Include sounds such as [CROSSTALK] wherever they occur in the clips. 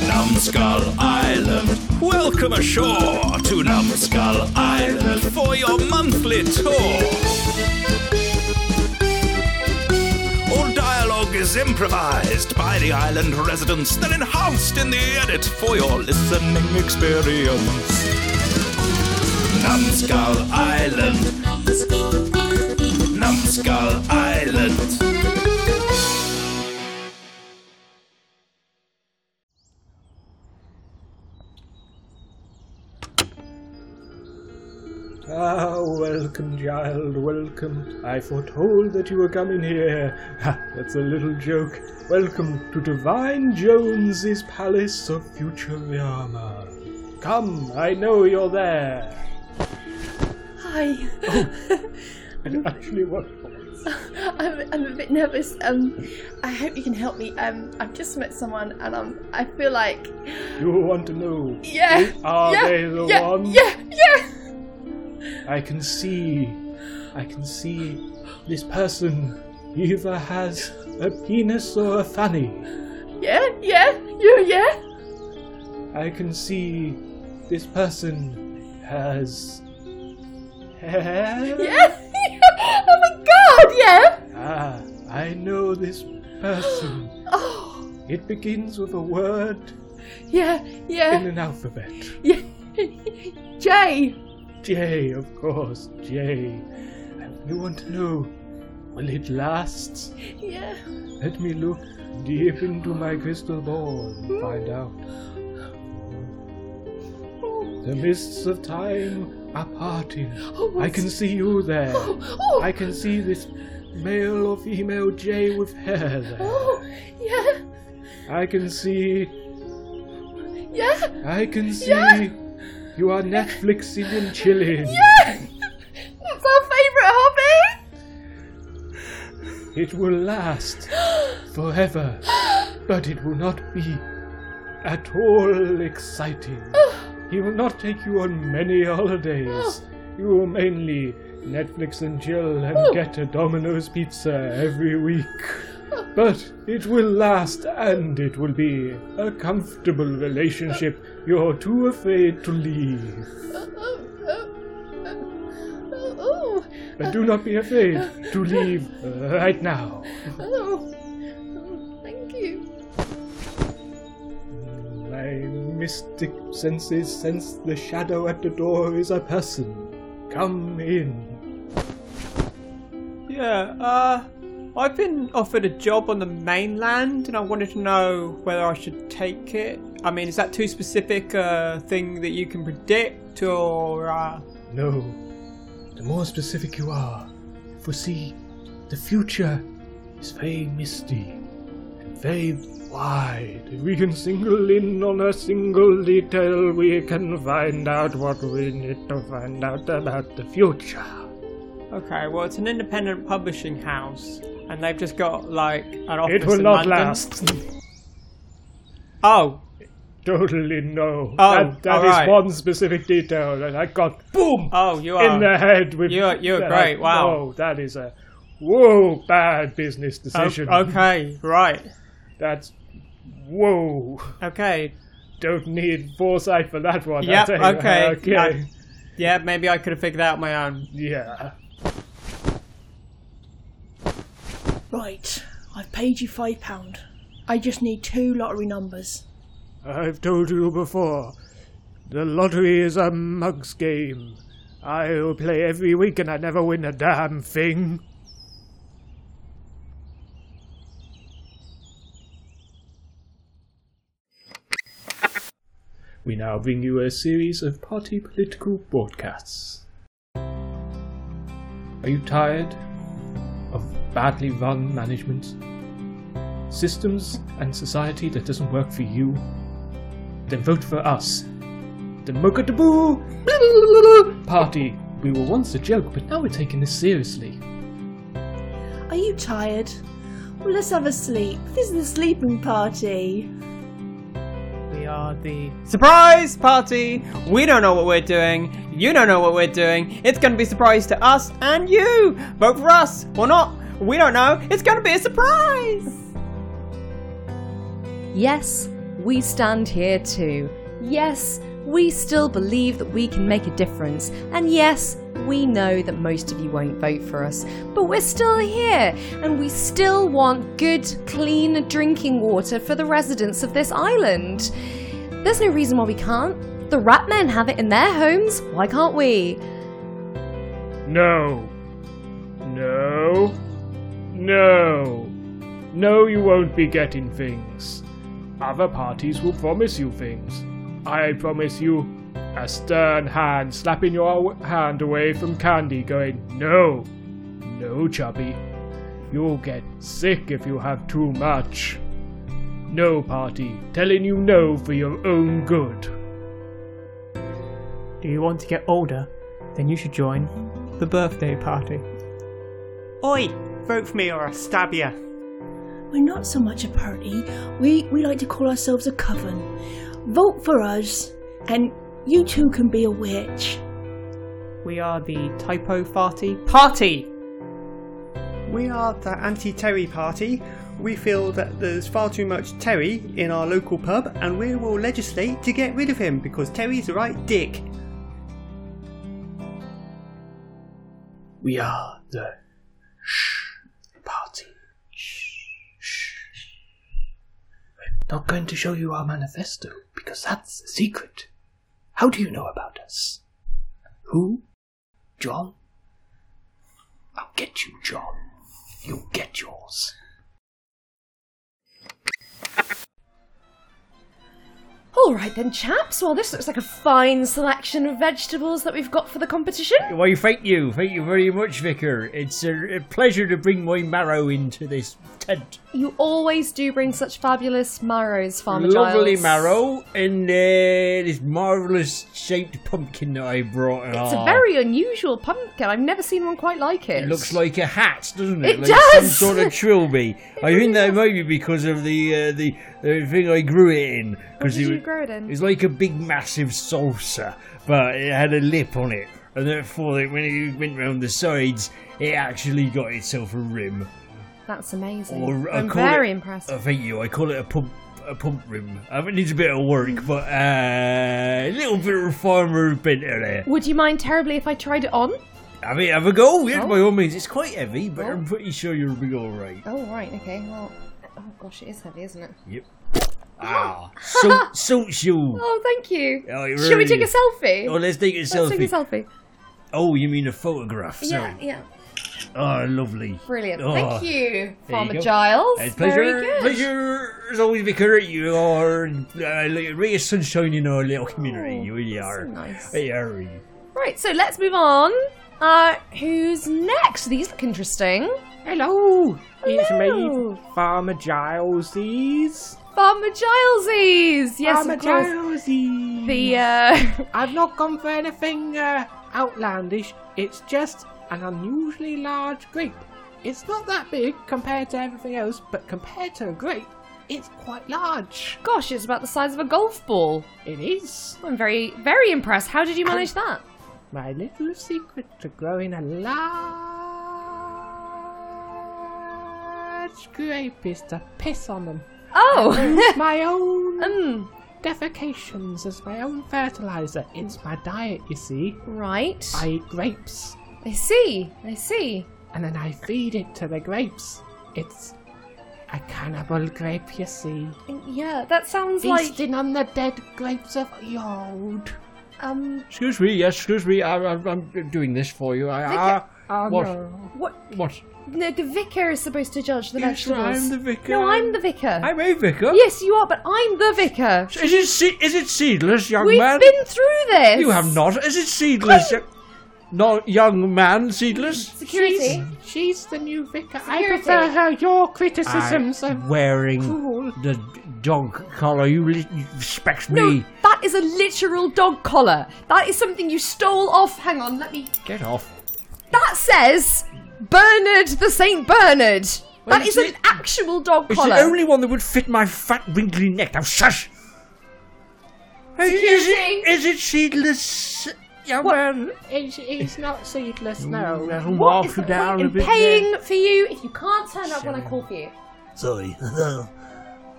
Numbskull Island. Welcome ashore to Numbskull Island for your monthly tour. All dialogue is improvised by the island residents, then enhanced in the edit for your listening experience. Numbskull Island. Numbskull Island. Ah, welcome, child, welcome. I foretold that you were coming here. Ha, that's a little joke. Welcome to Divine Jones's Palace of Futurama. Come, I know you're there. Hi. [LAUGHS] It actually worked. I'm, I'm a bit nervous. Um, I hope you can help me. Um, I've just met someone, and um, I feel like You want to know. yeah. Are yeah, they the yeah, one? Yeah, yeah. I can see. I can see this person either has a penis or a fanny. Yeah, yeah, you, yeah. I can see this person has hair. Yeah. [LAUGHS] oh my god, yeah. Ah, I know this [GASPS] person. Oh, It begins with a word yeah, in yeah. an alphabet. yeah. [LAUGHS] Jay. J, of course, J. And you want to know, will it last? Yeah. Let me look deep into my crystal ball and find out. Oh, The mists of time are parting. [GASPS] oh, I can see you there. [LAUGHS] Oh, oh, I can see this male or female J with hair there. oh, yeah, I can see. yeah, I can see. Yeah. You are Netflixing and chilling. yeah. [LAUGHS] That's our favourite hobby. It will last forever, but it will not be at all exciting. He will not take you on many holidays. You will mainly Netflix and chill and get a Domino's pizza every week. But it will last and it will be a comfortable relationship you're too afraid to leave. Oh, But do not be afraid to leave right now. Oh, thank you. My mystic senses sense the shadow at the door is a person. Come in. Yeah, uh, I've been offered a job on the mainland and I wanted to know whether I should take it. I mean, is that too specific a thing that you can predict or, uh, No. The more specific you are, for see, the future is very misty and very wide. If we can single in on a single detail, we can find out what we need to find out about the future. okay, well, it's an independent publishing house and they've just got, like, an office It will in not London. last. Oh, Totally no. Oh, that that all is right. one specific detail that I got. Boom! oh, you are. in the head with [LAUGHS] You're- you're that- great, wow. Whoa, that is a whoa bad business Oh, decision. okay, right. That's whoa. Okay, Don't need foresight for that one. Yep, I'll tell you. okay, [LAUGHS] Okay. I- yeah, maybe I could have figured that out on my own. Yeah. Right, I've paid you five pound. I just need two lottery numbers. I've told you before. The lottery is a mug's game. I'll play every week and I never win a damn thing. We now bring you a series of party political broadcasts. Are you tired of badly run management? Systems and society that doesn't work for you? Then vote for us. The Mokatabu Party. We were once a joke, but now we're taking this seriously. Are you tired? Well, let's have a sleep. This is the sleeping party. We are the surprise party. We don't know what we're doing. You don't know what we're doing. It's going to be a surprise to us and you. Vote for us or not. We don't know. It's going to be a surprise. Yes, we stand here too. Yes, we still believe that we can make a difference, and yes, we know that most of you won't vote for us, but we're still here, and we still want good, clean drinking water for the residents of this island. There's no reason why we can't. The rat men have it in their homes, why can't we? No. No. No. No, you won't be getting things. Other parties will promise you things. I promise you a stern hand slapping your aw- hand away from candy, going, No. No, chubby. You'll get sick if you have too much. No party telling you no for your own good. Do you want to get older? Then you should join the birthday party. Oi! Vote for me or I'll stab you. We're not so much a party. We we like to call ourselves a coven. Vote for us, and you too can be a witch. We are the typo farty party! We are the anti Terry party. We feel that there's far too much Terry in our local pub and we will legislate to get rid of him because Terry's a right dick. We are the shh party. Shh. shh. We're not going to show you our manifesto because that's a secret. How do you know about us? Who? John? I'll get you, John. You'll get yours. All right then, chaps. Well, this looks like a fine selection of vegetables that we've got for the competition. Why, thank you. Thank you very much, Vicar. It's a, a pleasure to bring my marrow into this tent. You always do bring such fabulous marrows, Farmer Lovely Giles. marrow and uh, this marvellous shaped pumpkin that I brought. It's Ah, a very unusual pumpkin. I've never seen one quite like it. It looks like a hat, doesn't it? It like some does! sort of trilby. I think that might be because of the uh, the, the thing I grew it in. What Because did it, you was- grow it in? It's like a big, massive salsa, but it had a lip on it, and therefore, it, when it went round the sides, it actually got itself a rim. That's amazing. Or I I'm call very it- impressed. Oh, thank you. I call it a pump, a pump rim. Um, it needs a bit of Mm. work, but uh, a little bit of farmer bent in there. Would you mind terribly if I tried it on? Have it, have a go. Yeah, Oh. by all means. It's quite heavy, but Oh. I'm pretty sure you'll be all right. Oh right, okay. Well, oh gosh, it is heavy, isn't it? Yep. Ah, so suits [LAUGHS] you. Oh, thank you. Oh, it Should we really take a is. selfie? Oh, let's take a Let's selfie. take a selfie. oh, you mean a photograph? Sorry. Yeah, yeah. Oh, lovely. Brilliant. Oh, Thank you, there Farmer go. Giles. It's Very pleasure, good. pleasure as always, Vicar. You are uh, like a ray of sunshine in our little community. Oh, you really that's so are. nice. You are. Right, so let's move on. Uh, who's next? These look interesting. Hello! It's Hello. Farmer Gilesies. Farmer Gilesies. Yes, Farmer of course. Gilesies. The uh, [LAUGHS] I've not gone for anything uh, outlandish. It's just an unusually large grape. It's not that big compared to everything else, but compared to a grape, it's quite large. gosh, it's about the size of a golf ball. It is. I'm very, very impressed. How did you manage that? My little secret to growing a large grape is to piss [LAUGHS] on them. Oh, My own um, defecations as my own fertilizer. It's my diet, you see. right. I eat grapes. I see. I see. and then I feed it to the grapes. It's a cannibal grape, you see, Yeah, that sounds like feasting on the dead grapes of old. um. Excuse me. Yes, excuse me. I, I, I'm doing this for you. I, Vicar- Oh, I, what? What? What? No, the vicar is supposed to judge the Yes, vegetables. I'm the vicar. No, I'm the vicar. I'm a vicar. Yes, you are, but I'm the vicar. Is it se- is it seedless, young We've man? been through this. You have not. Is it seedless? yo- no, young man, seedless. Security. She's the new vicar. I Security. prefer her. Your criticisms I'm are wearing cruel. the dog collar. You, li- you respect me. No, that is a literal dog collar. That is something you stole off. Hang on, let me. Get off. That says Bernard the Saint Bernard. Well, that is it's an actual dog It's collar. the only one that would fit my fat, wrinkly neck. Now, shush! Is it, is it seedless, young man? It's, it's not seedless, no. That'll Oh. What wash is you the down point a in bit. paying [LAUGHS] for you if you can't turn up when I call for you? Sorry. um,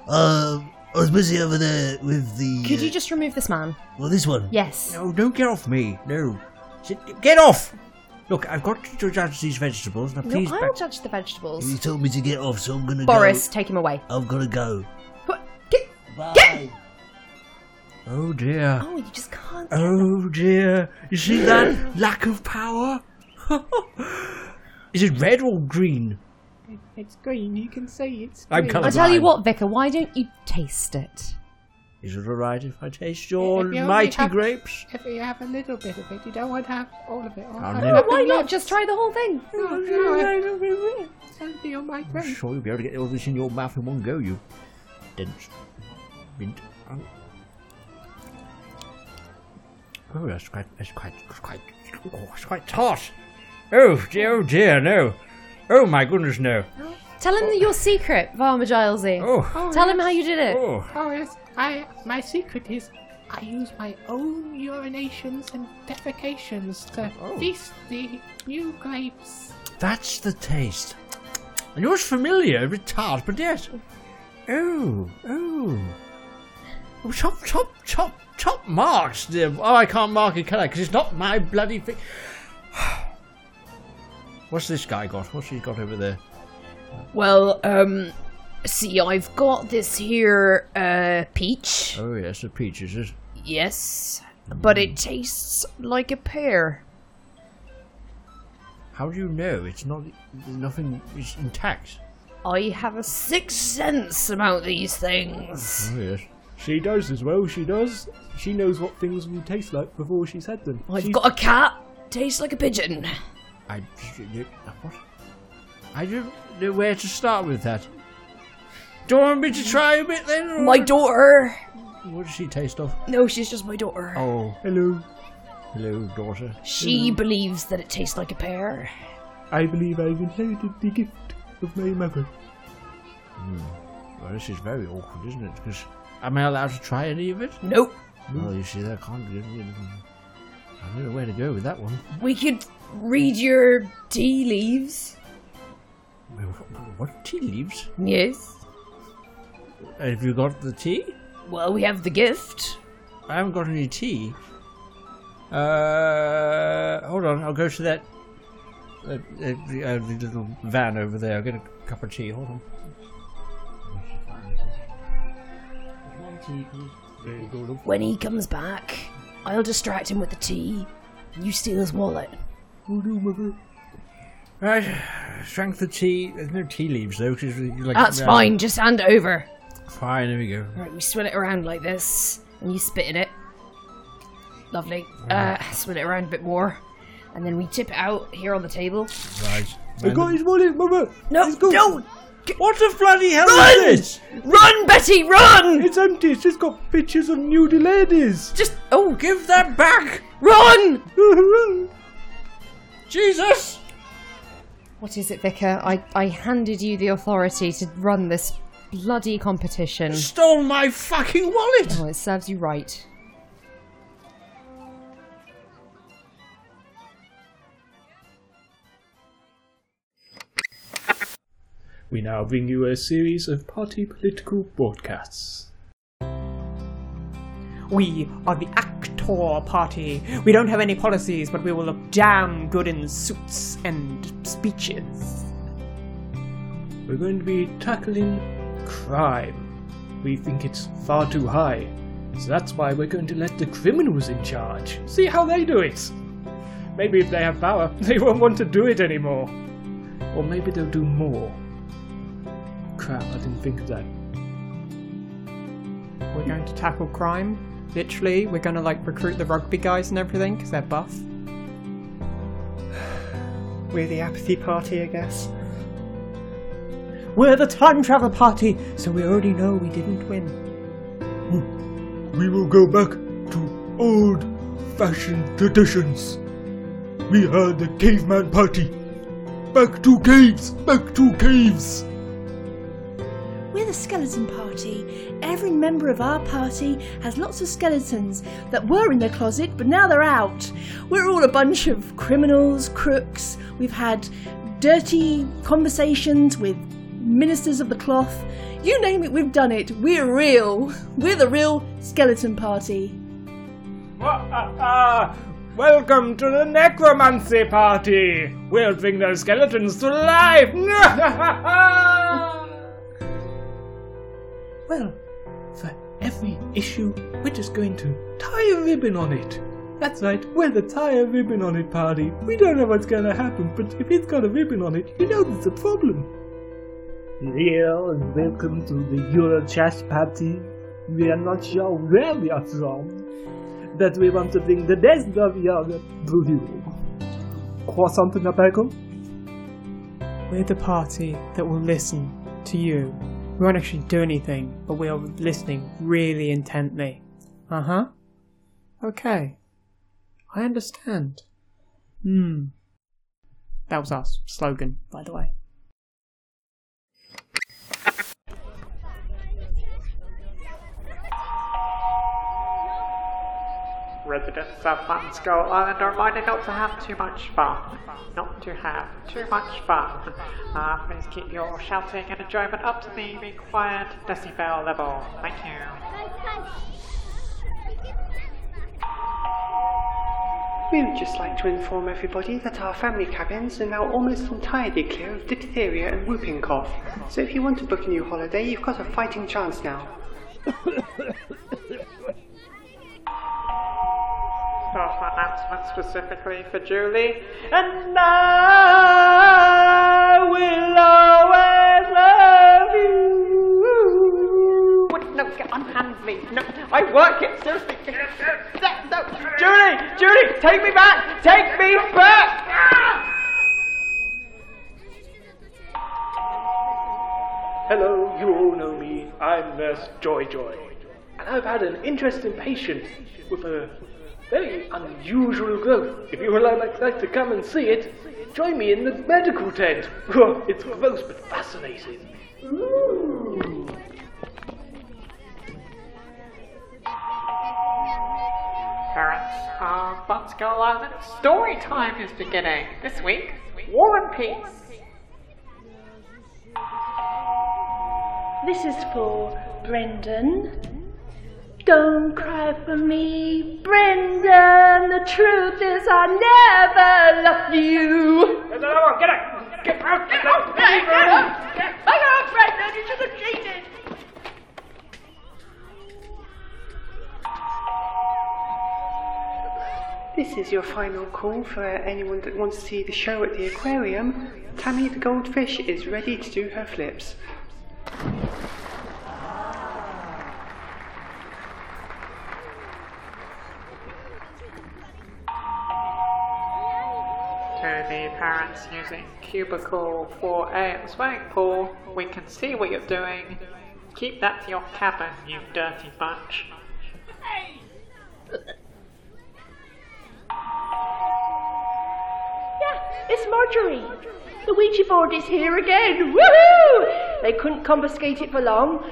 Uh, I was busy over there with the. Could you uh, just remove this man? Well, this one. Yes. No, don't get off me. No. Sit- Get off! Look, I've got to judge these vegetables. Now, No, please. I'll back- judge the vegetables. You told me to get off, so I'm gonna Boris, go. take him away. I've gotta go. Put, get, Bye. get. Oh dear. Oh, you just can't. Oh dear. You see that lack of power? [LAUGHS] Is it red or green? It's green. You can say it's I'm green. colour- I tell you blind. what, Vicar, why don't you taste it? Is it alright if I taste your If you only mighty have- grapes? If you have a little bit of it, you don't want to have all of it. Or I'll have never- nothing Why not left. just try the whole thing? No, no, it's only on my I'm grave. sure you'll be able to get all this in your mouth in one go, you dense mint. Oh, oh that's quite, that's quite, that's quite, oh, it's quite tart. Oh dear, oh dear, no. Oh my goodness, no. Tell him your secret, Farmer Gilesy. Oh, Tell him how you did it. oh. Oh yes, I my secret is I use my own urinations and defecations to feast the new grapes. That's the taste. And yours familiar with tart, but yet. Oh, oh. Oh, Top, top, top, top marks. there. Oh, I can't mark it, can I? Because it's not my bloody thing. [SIGHS] What's this guy got? What's he got over there? Well, um, see, I've got this here uh, peach. Oh, yes, the peach, is it? Yes, but it tastes like a pear. How do you know? It's not. There's nothing. It's intact. I have a sixth sense about these things. Oh, yes. She does as well, she does. She knows what things will taste like before she's had them. I've She- got a cat. Tastes like a pigeon. I. you- What? I don't know where to start with that. Do you want me to try a bit then? or- My daughter. What does she taste of? No, she's just my daughter. Oh, Hello, hello, daughter. She believes that it tastes like a pear. I believe I've inherited the gift of my mother. Well, this is very awkward, isn't it? Because am I allowed to try any of it? Nope. Well, Oh, you see, that can't be. I don't know where to go with that one. We could read your tea leaves. Well, wh- What tea leaves? Uh, Yes. Have you got the tea? Well, we have the gift. I haven't got any tea. Uh, hold on, I'll go to that. Uh, uh, the, uh, the little van over there. I'll get a cup of tea. Hold on. There you go, look. When he comes back, I'll distract him with the tea. You steal his wallet. Right, drank the tea. There's no tea leaves though, because like That's yeah, fine, just hand it over. Fine, there we go. Right, we swirl it around like this, and you spit in it. Lovely. Uh, swirl it around a bit more, and then we tip it out here on the table. Right. I got his wallet, mother! No, no! What the bloody hell Run! is this? Run, Betty, run! It's empty, it's just got pictures of nude ladies! Just, oh, Give that back, run! Jesus! What is it, Vicar? I, I handed you the authority to run this bloody competition. Stole my fucking wallet. Well, it serves you right. We now bring you a series of party political broadcasts. We are the actor party. We don't have any policies, but we will look damn good in suits and speeches. We're going to be tackling crime. We think it's far too high, so that's why we're going to let the criminals in charge. See how they do it! Maybe if they have power, [LAUGHS] they won't want to do it anymore. Or maybe they'll do more. Crap, I didn't think of that. We're going to tackle crime. Literally, we're going to like recruit the rugby guys and everything because they're buff. [SIGHS] We're the apathy party, I guess. We're the time travel party, so we already know we didn't win. We will go back to old fashioned traditions. We are the caveman party. Back to caves! Back to caves! We're the skeleton party. Every member of our party has lots of skeletons that were in their closet, but now they're out. We're all a bunch of criminals, crooks. We've had dirty conversations with ministers of the cloth. You name it, we've done it. We're real. We're the real skeleton party. Ah, welcome to the necromancy party. We'll bring those skeletons to life. [LAUGHS] Well, for every issue, we're just going to. tie a ribbon on it. That's right, we're the tie a ribbon on it party. We don't know what's gonna happen, but if it's got a ribbon on it, you know there's a problem. Hello and welcome to the Eurotrash party. We are not sure where we are from, but we want to bring the best of Europe to you. Croissant and tobacco? We're the party that will listen to you. We won't actually do anything, but we are listening really intently. Uh huh. Okay. I understand. Hmm. That was our slogan, by the way. Residents of Skull Island are reminded not to have too much fun. Not to have too much fun. Uh, please keep your shouting and enjoyment up to the required decibel level. Thank you. We would just like to inform everybody that our family cabins are now almost entirely clear of diphtheria and whooping cough. So if you want to book a new holiday, you've got a fighting chance now. Staff announcement specifically for Julie. And I will always love you. No, get unhand me. No, I work it. Seriously. No, Julie, Julie, take me back. Take me back. Hello, you all know me. I'm Nurse Joy Joy. And I've had an interesting patient with a very unusual growth. If you would like, like to come and see it, join me in the medical tent. [LAUGHS] it's gross but fascinating. Parents of Buckskull Island, story time is beginning this week. War and Peace. This is for Brendan. Don't cry for me, Brendan. The truth is, I never loved you. There's another one. Get up. Get out. Get out. Get out. Get Oh, Brendan, you should have cheated. This is your final call for anyone that wants to see the show at the aquarium. Tammy the goldfish is ready to do her flips. To the parents using cubicle 4A at swimming pool, we can see what you're doing. Keep that to your cabin, you dirty bunch. It's Marjorie. The Ouija board is here again. Woohoo! They couldn't confiscate it for long.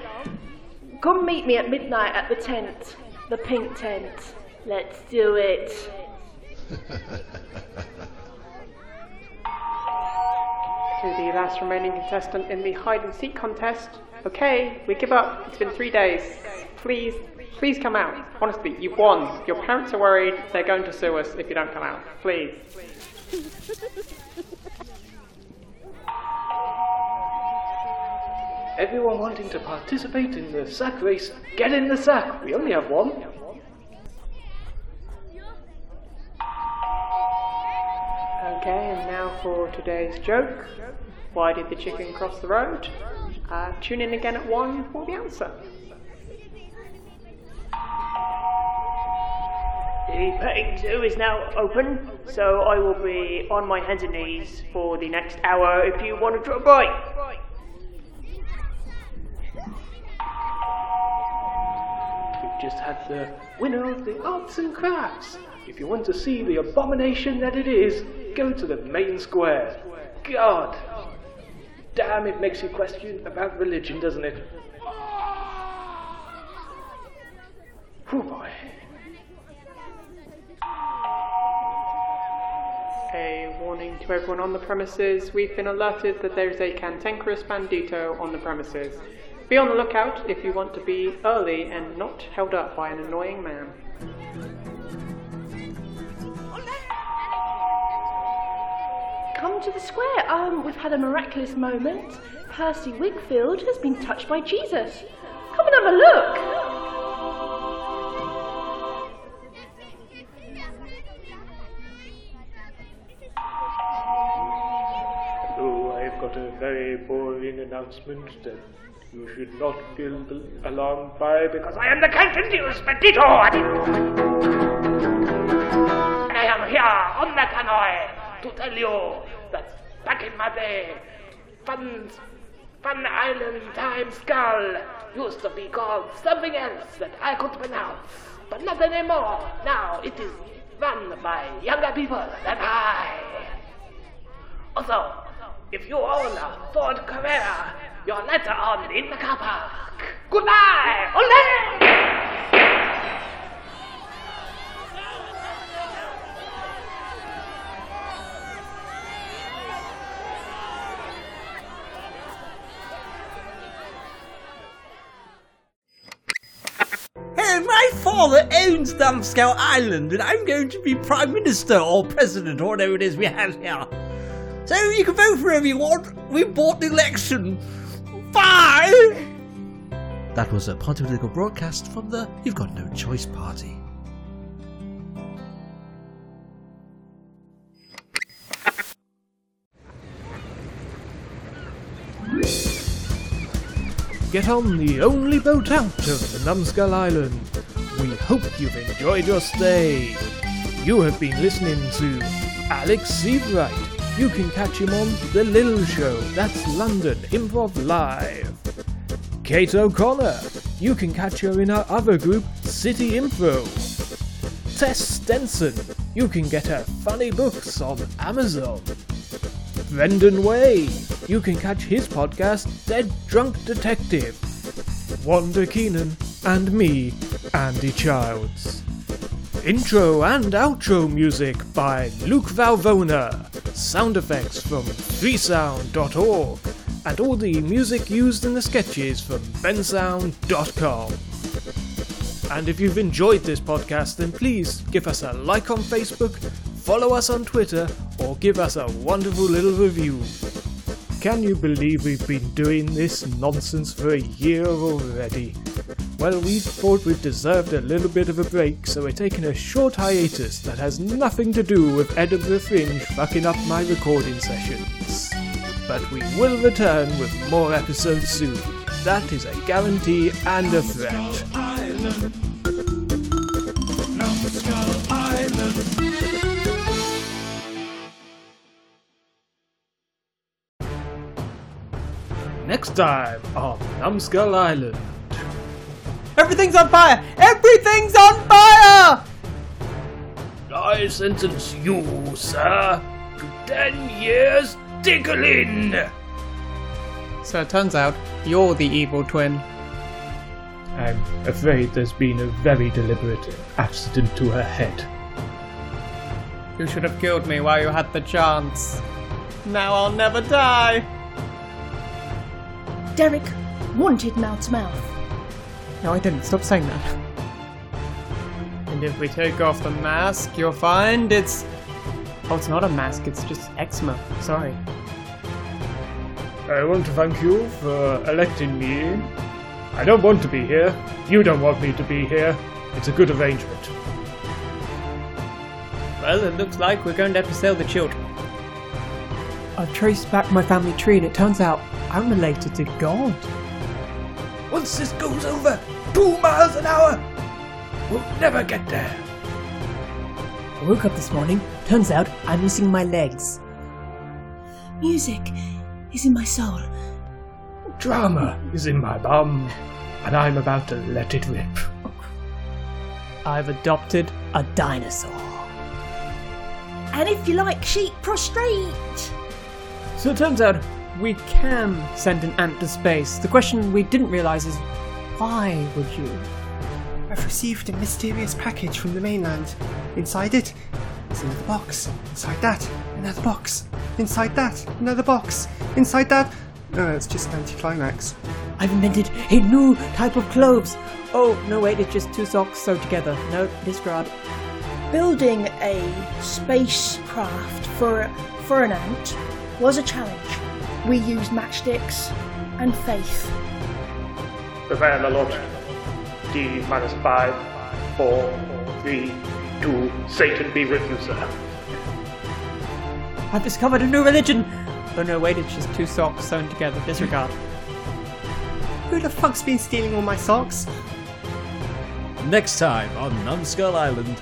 Come meet me at midnight at the tent, the pink tent. Let's do it. To the last remaining contestant in the hide and seek contest. Okay, we give up. It's been three days. Please, please come out. Honestly, you've won. Your parents are worried. They're going to sue us if you don't come out. Please. Everyone wanting to participate in the sack race, get in the sack. We only have one. Okay, and now for today's joke. Why did the chicken cross the road? Uh, tune in again at 1 for the answer. The petting zoo is now open, so I will be on my hands and knees for the next hour if you want to drop by. We've just had the winner of the arts and crafts. If you want to see the abomination that it is, go to the main square. God! Damn, it makes you question about religion, doesn't it? Oh boy. A warning to everyone on the premises. We've been alerted that there's a cantankerous bandito on the premises. Be on the lookout if you want to be early and not held up by an annoying man. Come to the square. Um, we've had a miraculous moment. Percy Wigfield has been touched by Jesus. Come and have a look. Oh, I've got a very boring announcement that you should not feel the alarmed by because I am the cantankerous Bandito! bandito. And I am here on the canoe to tell you that back in my day, Fun, Fun Island Times Skull used to be called something else that I could pronounce, but not anymore. Now it is run by younger people than I. Also, if you own a Ford Carrera, your lights are on in the car park. Goodbye! Ole! Hey, my father owns Dumbscale Island, and I'm going to be Prime Minister or President or whatever it is we have here. So you can vote for everyone. We bought the election. Bye! That was a political broadcast from the You've Got No Choice Party. Get on the only boat out of the Numskull Island. We hope you've enjoyed your stay. You have been listening to Alex Seabright. You can catch him on The Little Show, that's London Improv Live. Kate O'Connor. You can catch her in her other group, City Info. Tess Stenson. You can get her funny books on Amazon. Brendan Way. You can catch his podcast, Dead Drunk Detective. Wanda Keenan and me, Andy Childs. Intro and outro music by Luke Valvona. Sound effects from freesound.org. And all the music used in the sketches from bensound.com. And if you've enjoyed this podcast, then please give us a like on Facebook, follow us on Twitter, or give us a wonderful little review. Can you believe we've been doing this nonsense for a year already? Well, we thought we deserved a little bit of a break, so we're taking a short hiatus that has nothing to do with Edinburgh Fringe fucking up my recording sessions. But we will return with more episodes soon. That is a guarantee and a threat. Island. Numskull Island. Next time on Numskull Island. Everything's on fire! Everything's on fire! I sentence you, sir, to ten years tickling. So it turns out you're the evil twin. I'm afraid there's been a very deliberate accident to her head. You should have killed me while you had the chance. Now I'll never die. Derek wanted mouth to mouth. No, I didn't. Stop saying that. And if we take off the mask, you'll find it's. Oh, it's not a mask, it's just eczema. Sorry. I want to thank you for electing me. I don't want to be here. You don't want me to be here. It's a good arrangement. Well, it looks like we're going to have to sell the children. I traced back my family tree and it turns out I'm related to God. Once this goes over two miles an hour, we'll never get there. I woke up this morning, turns out I'm missing my legs. Music is in my soul. Drama is in my bum, and I'm about to let it rip. I've adopted a dinosaur. And if you like sheep, prostrate. So it turns out we can send an ant to space. The question we didn't realise is why would you? I've received a mysterious package from the mainland. Inside it, It's another box. Inside that. Another box. Inside that. Another box. Inside that. No, it's just an anticlimax. I've invented a new type of clothes. Oh, no, wait, it's just two socks sewed together. No, discard. Building a spacecraft for for an ant was a challenge. We used matchsticks and faith. Prepare the launch. D minus five, four, three, two. Satan be with you, sir. I've discovered a new religion. Oh, no, wait, it's just two socks sewn together. Disregard. Who the fuck's been stealing all my socks? Next time on Numskull Island.